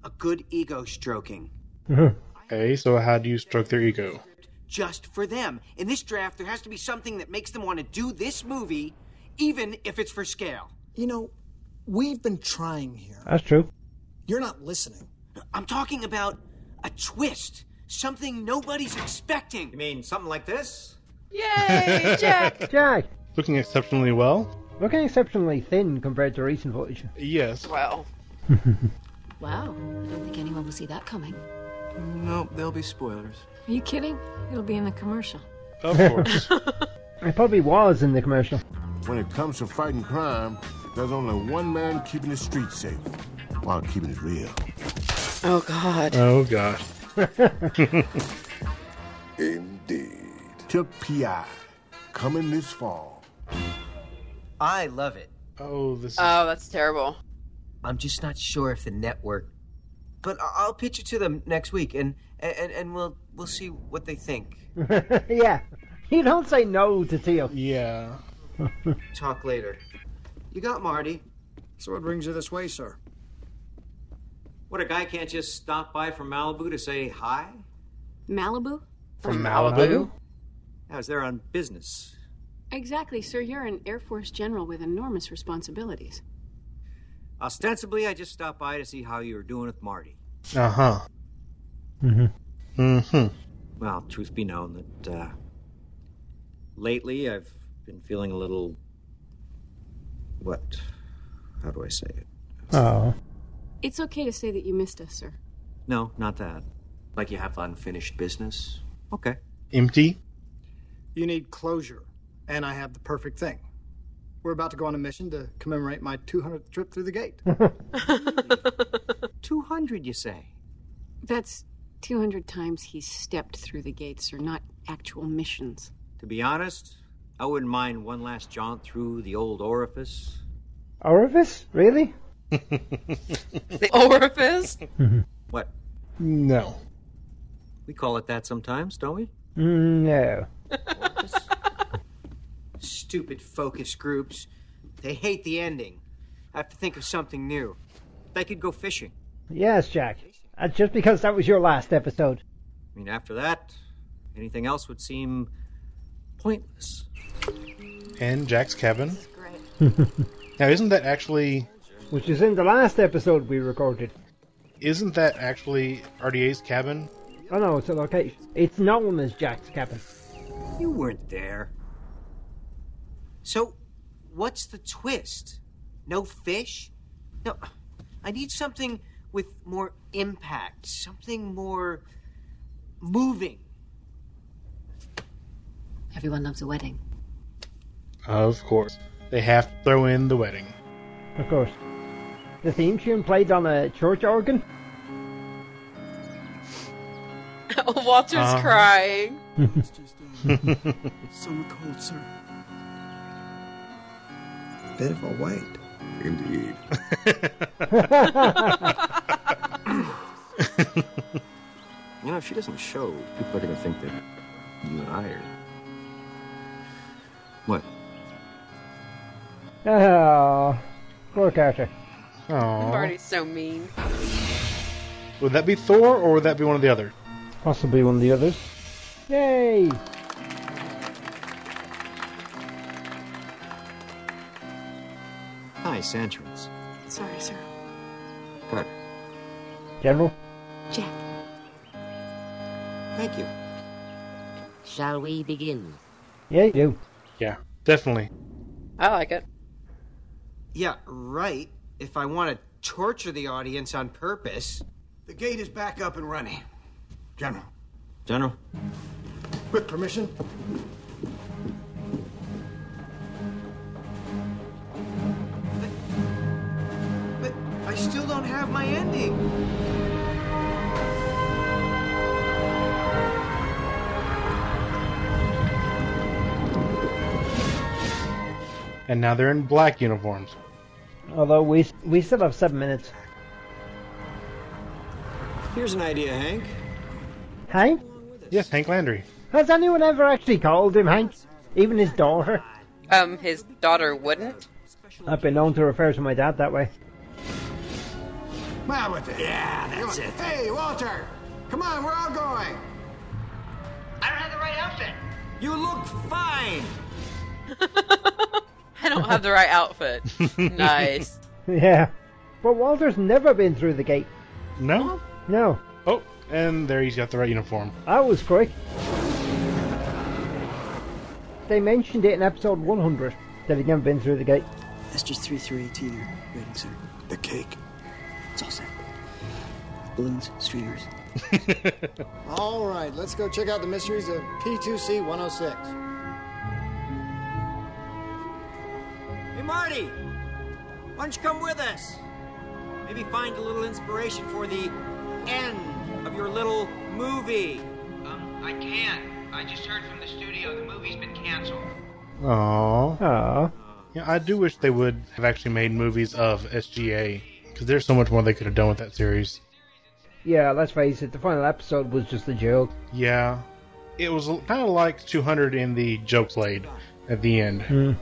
A good ego stroking.
Uh-huh.
Okay, so how do you stroke their ego?
Just for them. In this draft, there has to be something that makes them want to do this movie, even if it's for scale.
You know, we've been trying here.
That's true.
You're not listening.
I'm talking about a twist, something nobody's expecting. You mean something like this? *laughs*
Yay, Jack!
*laughs* Jack
Looking exceptionally well.
looking exceptionally thin compared to recent footage.
Yes.
Wow.
Wow, I don't think anyone will see that coming.
*laughs* Nope, there'll be spoilers.
Are you kidding? It'll be in the commercial.
Of course.
*laughs* it probably was in the commercial. *laughs*
When it comes to fighting crime, there's only one man keeping the streets safe while keeping it real.
Oh, God.
*laughs*
*laughs*
Oh gosh.
Indeed. Took PI. Coming this fall.
I love it.
Oh, this.
Oh, that's terrible. *laughs*
I'm just not sure if the network. But I- I'll pitch it to them next week, and and and we'll we'll see what they think.
yeah. You don't say no to Teal.
Yeah.
Talk later. You got Marty.
So what brings you this way, sir?
What, a guy can't just stop by from Malibu to say hi?
Malibu?
From Malibu?
I was there on business.
Exactly, sir. You're an Air Force general with enormous responsibilities.
Ostensibly, I just stopped by to see how you were doing with Marty.
Uh huh.
Mm-hmm.
Mm hmm. Mm hmm.
Well, truth be known, that uh, lately I've been feeling a little. What? How do I say it?
Oh.
It's okay to say that you missed us, sir.
No, not that. Like you have unfinished business. Okay.
Empty?
You need closure, and I have the perfect thing. We're about to go on a mission to commemorate my 200th trip through the gate.
200, you say?
That's 200 times he stepped through the gates, sir, not actual missions.
To be honest, I wouldn't mind one last jaunt through the old orifice.
*laughs* Orifice? Really?
*laughs* the orifice? *laughs* what?
*laughs* No.
We call it that sometimes, don't we?
No.
Stupid focus groups. They hate the ending. I have to think of something new. They could go fishing.
Yes, Jack. Uh, just because that was your last episode.
I mean, after that, anything else would seem pointless.
And Jack's cabin. *laughs* Now, isn't that actually.
Which is in the last episode we recorded.
Isn't that actually RDA's cabin?
Oh no, it's a location. It's known as Jack's cabin.
You weren't there. So, what's the twist? No fish? No, I need something with more impact, something more moving.
Everyone loves a wedding.
Of course. They have to throw in the wedding.
Of course. The theme tune played on a church organ?
Walter's
Uh-huh. *laughs*
crying.
It's
so cold, sir.
*laughs* Bit of a white.
Indeed.
You know, if she doesn't show, people are going to think that you and I are. What?
Oh, poor Carter.
Marty's so mean.
Would that be Thor or would that be one of the other?
Possibly one of the others. Yay!
Nice entrance.
Sorry, sir.
Carter.
General?
Jack.
Thank you.
Shall we begin?
Yeah, you do.
Yeah, definitely.
I like it.
Yeah, right. If I want to torture the audience on purpose.
The gate is back up and running. General,
General.
with permission,
I still don't have my ending.
And now they're in black uniforms.
Although we we still have seven minutes.
Here's an idea, Hank.
Hank?
Yes, Hank Landry.
Has anyone ever actually called him Hank? Even his daughter?
Um, his daughter wouldn't.
I've been known to refer to my dad that way.
Smile with it. Yeah, that's it. Hey, Walter! Come on, we're all going!
I don't have the right outfit.
You look fine!
I don't have the right outfit. nice.
*laughs* Yeah. But Walter's never been through the gate.
No?
No.
Oh, and there he's got the right uniform.
That was quick. They mentioned it in episode 100 that he'd never been through the gate.
That's just 3318 you're waiting, sir. The cake. It's all set. Balloons, streamers.
All right, let's go check out the mysteries of P2C 106.
Hey, Marty! Why don't you come with us? Maybe find a little inspiration for the end. of your little movie.
Um, I can't. I just heard from the studio the movie's been canceled.
Aww. Yeah, I do wish they would have actually made movies of SGA because there's so much more they could have done with that series.
Yeah, let's face it, the final episode was just a joke.
Yeah, it was kind of like 200 in the joke laid at the end.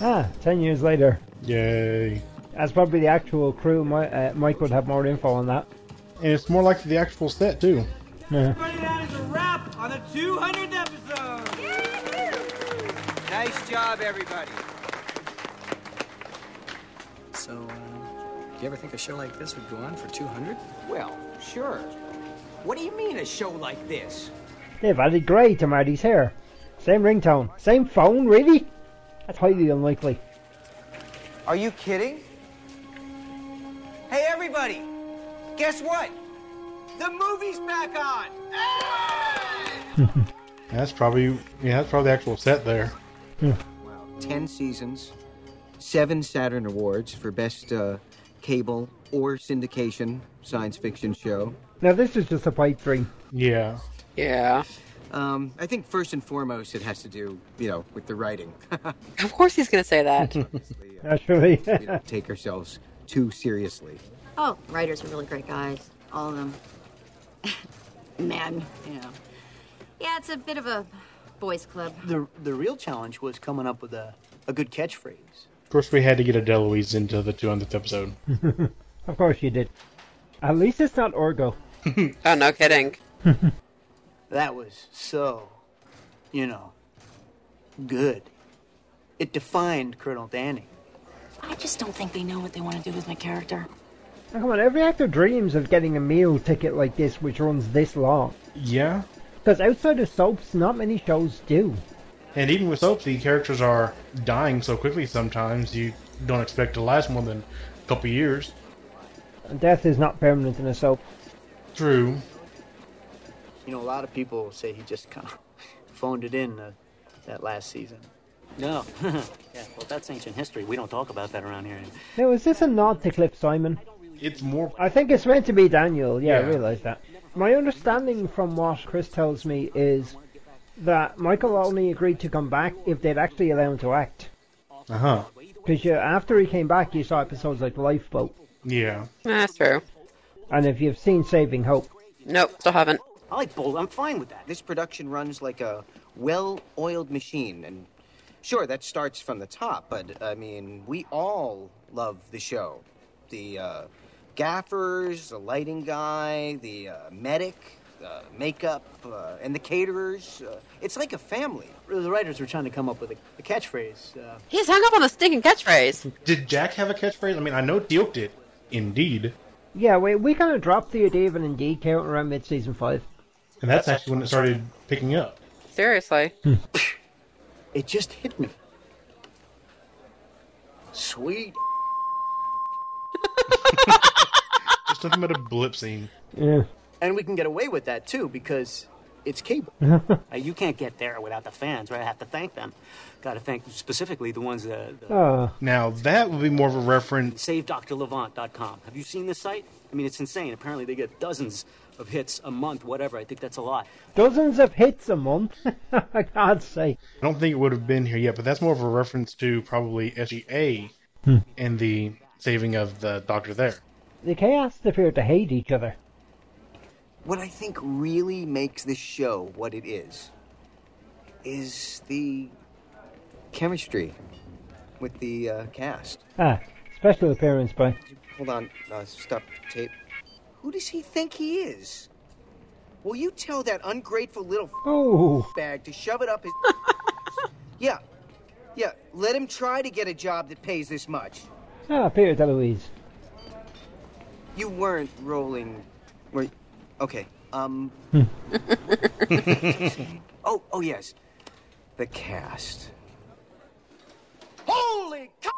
Ah, ten years later.
Yay.
That's probably the actual crew. My, uh, Mike would have more info on that.
And it's more like the actual set, too.
Yeah.
That is a wrap on the 200th episode.
Nice job, everybody.
So, uh, do you ever think a show like this would go on for 200?
Well, sure. What do you mean a show like this?
They've added grey to Marty's hair. Same ringtone. Same phone, really? That's highly unlikely.
Are you kidding? Hey, everybody! Guess what? The movie's back on!
That's probably yeah, that's probably the actual set there.
10 seasons, seven Saturn Awards for Best uh, Cable or Syndication Science Fiction Show.
Now, this is just a pipe dream.
Yeah.
Yeah. Um, I think first and foremost, it has to do, you know, with the writing. *laughs* uh,
Of course he's going to say that.
Naturally.
we don't take ourselves too seriously.
Oh, writers are really great guys. All of
*laughs*
them. Men, you know. Yeah, it's a bit of a boys' club.
The, the real challenge was coming up with a, a good catchphrase.
Of course, we had to get a Deloise into the 200th episode.
*laughs* of course you did. At least it's
*laughs*
not Orgo.
oh, no kidding.
That was so, you know, good. It defined Colonel Danny.
I just don't think they know what they want to do with my character.
Now, come on, every actor dreams of getting a meal ticket like this, which runs this long.
Yeah.
Because outside of soaps, not many shows do.
And even with soap, the characters are dying so quickly sometimes you don't expect to last more than a couple years.
And death is not permanent in a soap.
True.
You know, a lot of people say he just kind of *laughs* phoned it in uh, that last season.
No. *laughs* yeah, well, that's ancient history. We don't talk about that around here.
Now, is this a nod to Cliff Simon?
It's more.
I think it's meant to be Daniel. Yeah, I
Yeah.
realise that. My understanding from what Chris tells me is that Michael only agreed to come back if they'd actually allow him to act.
Uh
Uh-huh.
huh.
Because after he came back, you saw episodes like Lifeboat.
Yeah.
That's true.
And if you've seen Saving Hope,
Nope, still haven't.
I like bold. I'm fine with that. This production runs like a well oiled machine. And sure, that starts from the top, but I mean, we all love the show. The uh, gaffers, the lighting guy, the uh, medic, uh, makeup, uh, and the caterers. Uh, it's like a family.
The writers were trying to come up with a, a catchphrase. Uh,
He's hung up on the stinking catchphrase.
Did Jack have a catchphrase? I mean, I know Teal did. Indeed.
yeah, we, we kind of dropped the idea of an indeed count around mid season 5.
And that's actually when it started picking up.
Seriously.
*laughs* it just hit me. Sweet.
It's nothing but a blip scene.
Yeah.
And we can get away with that, too, because it's cable.
Uh, you can't get there without the fans, right? I have to thank them. Got to thank specifically the ones that. uh, The,
Ah.
Now, that would be more of a reference.
SaveDrLevant.com. Have you seen this site? I mean, it's insane. Apparently, they get dozens of hits a month, whatever. I think that's a lot.
Dozens of hits a month. *laughs* I can't say.
I don't think it would have been here yet, but that's more of a reference to probably SGA
Hmm.
and the saving of the doctor there.
The Chaos appear to hate each other.
What I think really makes this show what it is is the chemistry with the uh, cast.
Ah, special appearance by.
Hold on, uh, stop the tape. Who does he think he is? Will you tell that ungrateful little
Oh.
bag to shove it up his? yeah, yeah. Let him try to get a job that pays this much.
Ah, Peter DeLuise.
You weren't rolling. Were okay. Um. *laughs* oh, oh yes. The cast. Holy cow!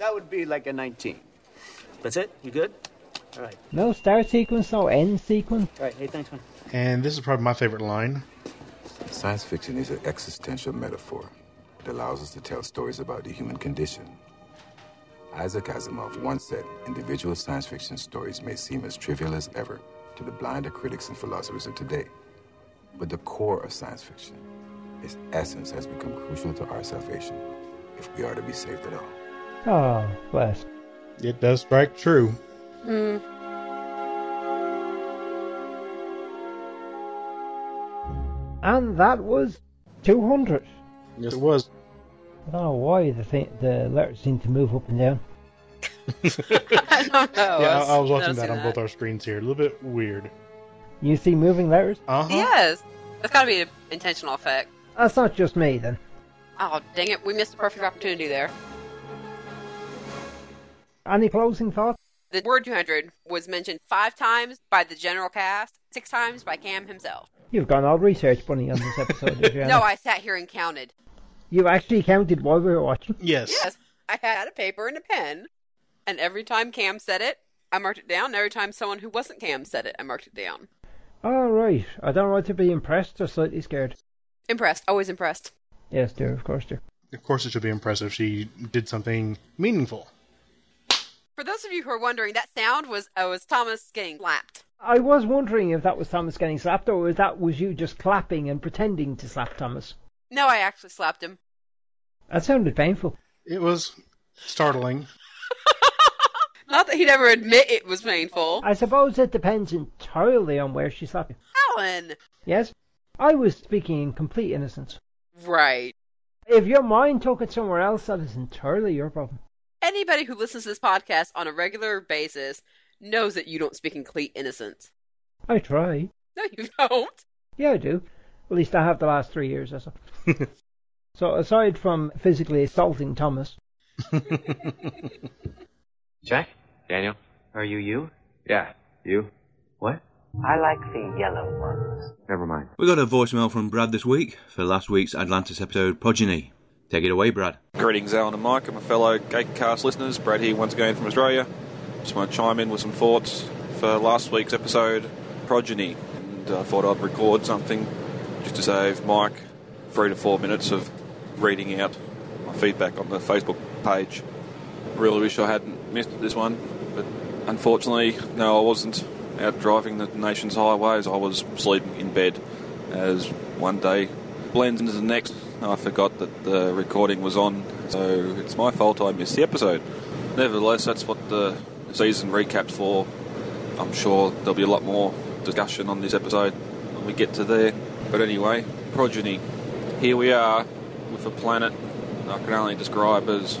That would be like a 19. That's it? You good? All right.
*laughs* No star sequence, no end sequence.
All right. Hey, thanks, man.
And this is probably my favorite line.
Science fiction is an existential metaphor. It allows us to tell stories about the human condition. Isaac Asimov once said individual science fiction stories may seem as trivial as ever to the blinder critics and philosophers of today. But the core of science fiction, its essence, has become crucial to our salvation if we are to be saved at all.
Oh, bless.
It does strike true.
Mm.
Hmm.
And that was 200.
Yes, it was.
I don't know Oh, why the thing, the letters seem to move up
*laughs*
and down.
*laughs* I don't know.
yeah, I, I was watching
noticing
that on both our screens here. A little bit weird.
You see moving letters?
Uh
Yes. That's got to be an intentional effect.
That's not just me then.
Oh, dang it. We missed the perfect opportunity there.
Any closing thoughts?
The word 200 was mentioned five times by the general cast, six times by Cam himself.
You've gone all research bunny on this episode,
*laughs*
Adriana.
No, I sat here and counted.
You actually counted while we were watching?
Yes, I had a paper and a pen, and every time Cam said it, I marked it down. and Every time someone who wasn't Cam said it, I marked it down.
All right. I don't want to be impressed or slightly scared.
Impressed, always impressed.
Yes, dear, of course, dear.
Of course, it should be impressive. She did something meaningful.
For those of you who are wondering, that sound was uh, was Thomas getting slapped.
I was wondering if that was Thomas getting slapped or if that was you just clapping and pretending to slap Thomas.
No, I actually slapped him.
That sounded painful.
It was startling.
Not that he'd ever admit it was painful.
I suppose it depends entirely on where she slapped you.
Alan,
Yes? I was speaking in complete innocence.
right?
If your mind took it somewhere else, that is entirely your problem.
Anybody who listens to this podcast on a regular basis knows that you don't speak in complete innocence.
I try.
No, you *laughs* don't.
Yeah, I do. At least I have the last three
*laughs*
years or so. so aside from physically
*laughs*
assaulting Thomas,
Jack? Daniel? Are you you? Yeah, you. What?
I like the yellow ones.
Never mind. We got a voicemail from Brad this week for last week's Atlantis episode Progeny. Take it away, Brad.
Greetings, Alan and Mike, and my fellow Gatecast listeners. Brad here once again from Australia. Just want to chime in with some thoughts for last week's episode, Progeny. And I thought I'd record something just to save Mike three to four minutes of reading out my feedback on the Facebook page. Really wish I hadn't missed this one, but unfortunately, no, I wasn't out driving the nation's highways. I was sleeping in bed as one day blends into the next. I forgot that the recording was on, so it's my fault I missed the episode. Nevertheless, that's what the season recap's for. I'm sure there'll be a lot more discussion on this episode when we get to there. But anyway, progeny. Here we are with a planet I can only describe as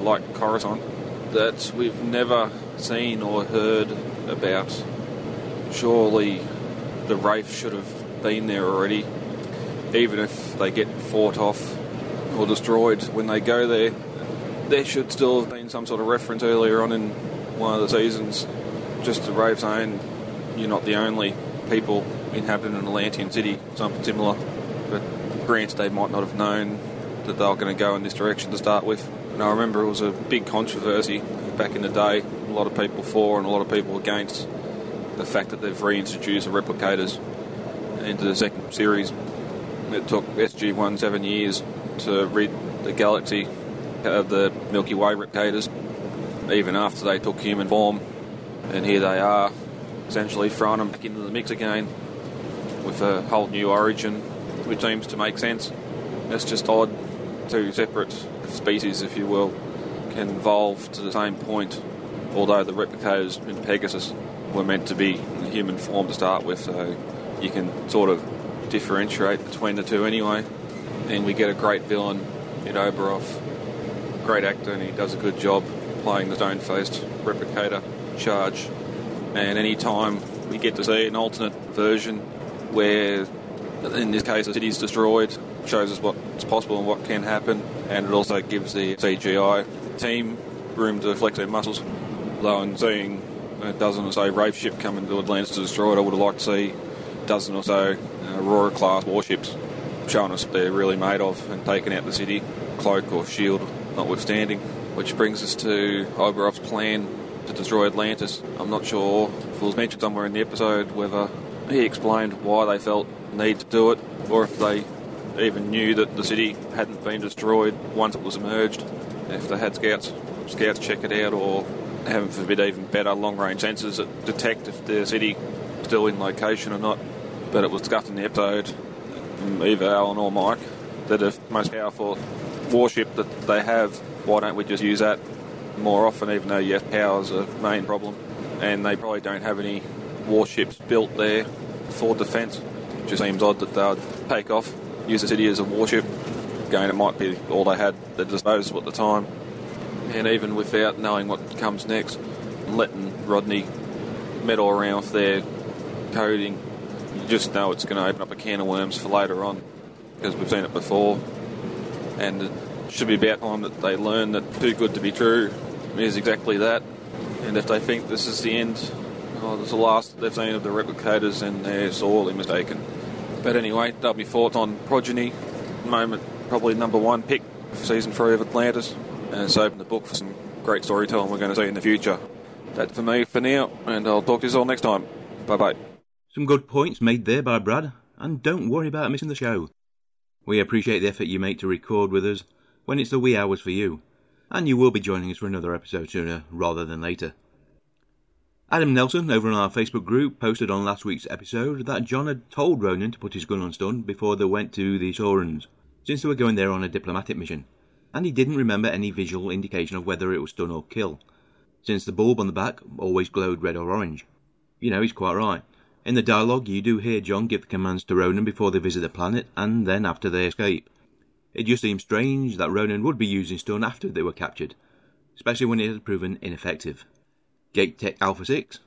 like Coruscant that we've never seen or heard about. Surely the Wraith should have been there already, even if they get fought off or destroyed when they go there. There should still have been some sort of reference earlier on in one of the seasons, just the Wraith saying, You're not the only people inhabiting an Atlantean city, something similar. But granted, they might not have known that they were going to go in this direction to start with. And I remember it was a big controversy back in the day. A lot of people for and a lot of people against the fact that they've reintroduced the replicators into the second series. It took SG1 seven years to rid the galaxy of the Milky Way replicators, even after they took human form. And here they are, essentially throwing them back into the mix again with a whole new origin, which seems to make sense. It's just odd two separate species, if you will, can evolve to the same point, although the replicators in Pegasus were meant to be in the human form to start with, so you can sort of differentiate between the two anyway. And we get a great villain in Oberoff, great actor, and he does a good job playing the stone faced replicator charge. And any time we get to see an alternate version where, in this case, the city's destroyed, shows us what's possible and what can happen, and it also gives the CGI team room to flex their muscles. Though, and seeing a dozen or so Wraith ship come into Atlantis to destroy it, I would have liked to see a dozen or so uh, Aurora class warships showing us what they're really made of and taking out the city, cloak or shield notwithstanding. Which brings us to Oberoff's plan to destroy Atlantis. I'm not sure if it was mentioned somewhere in the episode whether he explained why they felt need to do it or if they even knew that the city hadn't been destroyed once it was emerged. If they had scouts, scouts check it out or heaven forbid even better long-range sensors that detect if the city still in location or not. But it was discussed in the episode, from either Alan or Mike, that if the most powerful warship that they have, why don't we just use that more often? Even though yes, power's a main problem, and they probably don't have any warships built there for defence. It just seems odd that they'd take off, use the city as a warship. Again, it might be all they had at their disposal at the time and even without knowing what comes next, letting Rodney meddle around with their coding, you just know it's going to open up a can of worms for later on because we've seen it before. And it should be about time that they learn that too good to be true is exactly that. And if they think this is the end, oh, this is the last they've seen of the replicators, then they're sorely mistaken. But anyway, that'll be thoughts on Progeny. Moment, probably number one pick for season three of Atlantis and it's opened the book for some great storytelling we're going to see in the future. That's for me for now, and I'll talk to you all next time. Bye bye.
Some good points made there by Brad, and don't worry about missing the show. We appreciate the effort you make to record with us when it's the wee hours for you, and you will be joining us for another episode sooner rather than later. Adam Nelson over on our Facebook group posted on last week's episode that John had told Ronan to put his gun on stun before they went to the Saurons, since they were going there on a diplomatic mission and he didn't remember any visual indication of whether it was stun or kill, since the bulb on the back always glowed red or orange. You know, he's quite right. In the dialogue, you do hear John give the commands to Ronan before they visit the planet and then after they escape. It just seems strange that Ronan would be using stun after they were captured, especially when it had proven ineffective. Gate Tech Alpha 6?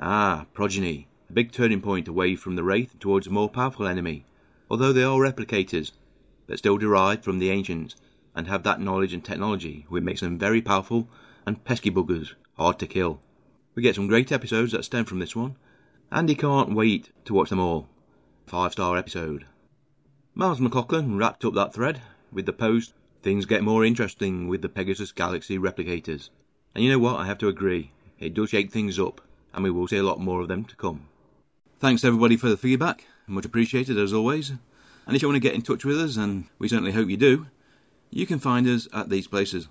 Ah, Progeny. A big turning point away from the Wraith towards a more powerful enemy, although they are replicators, but still derived from the Ancients, and have that knowledge and technology, which makes them very powerful and pesky buggers hard to kill. We get some great episodes that stem from this one, and he can't wait to watch them all. Five star episode. Miles McLaughlin wrapped up that thread with the post Things get more interesting with the Pegasus Galaxy replicators. And you know what? I have to agree. It does shake things up, and we will see a lot more of them to come. Thanks everybody for the feedback. Much appreciated as always. And if you want to get in touch with us, and we certainly hope you do, you can find us at these places.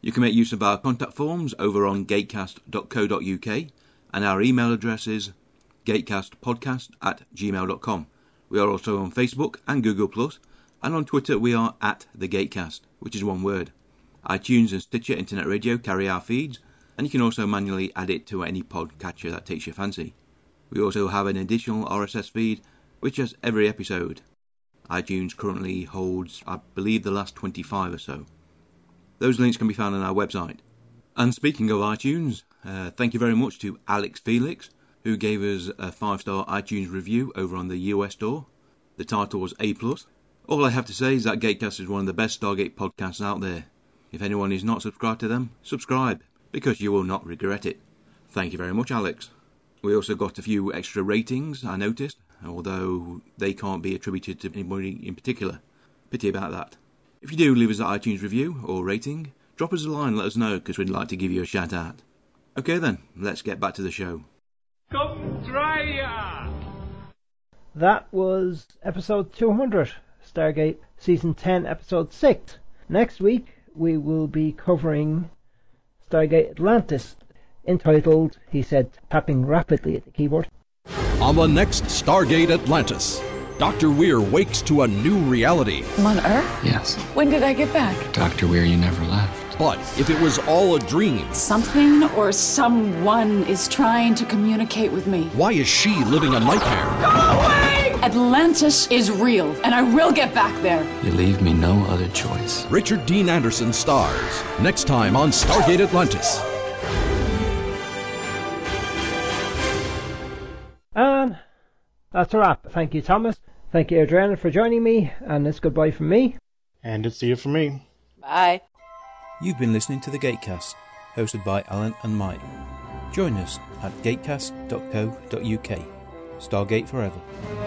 You can make use of our contact forms over on gatecast.co.uk and our email address is gatecastpodcast at gmail.com. We are also on Facebook and Google Plus, and on Twitter we are at the Gatecast, which is one word. iTunes and Stitcher Internet Radio carry our feeds, and you can also manually add it to any podcatcher that takes your fancy. We also have an additional RSS feed which has every episode iTunes currently holds, I believe, the last 25 or so. Those links can be found on our website. And speaking of iTunes, uh, thank you very much to Alex Felix, who gave us a five star iTunes review over on the US store. The title was A. plus. All I have to say is that Gatecast is one of the best Stargate podcasts out there. If anyone is not subscribed to them, subscribe, because you will not regret it. Thank you very much, Alex. We also got a few extra ratings, I noticed although they can't be attributed to anybody in particular. Pity about that. If you do leave us an iTunes review or rating, drop us a line let us know because we'd like to give you a shout out. Okay then, let's get back to the show.
Come try ya!
That was episode 200, Stargate Season 10, Episode 6. Next week, we will be covering Stargate Atlantis, entitled, he said, tapping rapidly at the keyboard.
On the next Stargate Atlantis, Dr. Weir wakes to a new reality.
I'm on Earth?
Yes.
When did I get back?
Dr. Weir, you never left. But if it was all a dream,
Something or someone is trying to communicate with me.
why is she living a nightmare?
Atlantis is real, and I will get back there.
You leave me no other choice. Richard Dean Anderson stars. Next time on Stargate Atlantis.
And that's a wrap. Thank you, Thomas. Thank you, Adriana, for joining me. And it's goodbye from me.
And it's you for me.
Bye.
You've been listening to The Gatecast, hosted by Alan and Mike. Join us at gatecast.co.uk. Stargate Forever.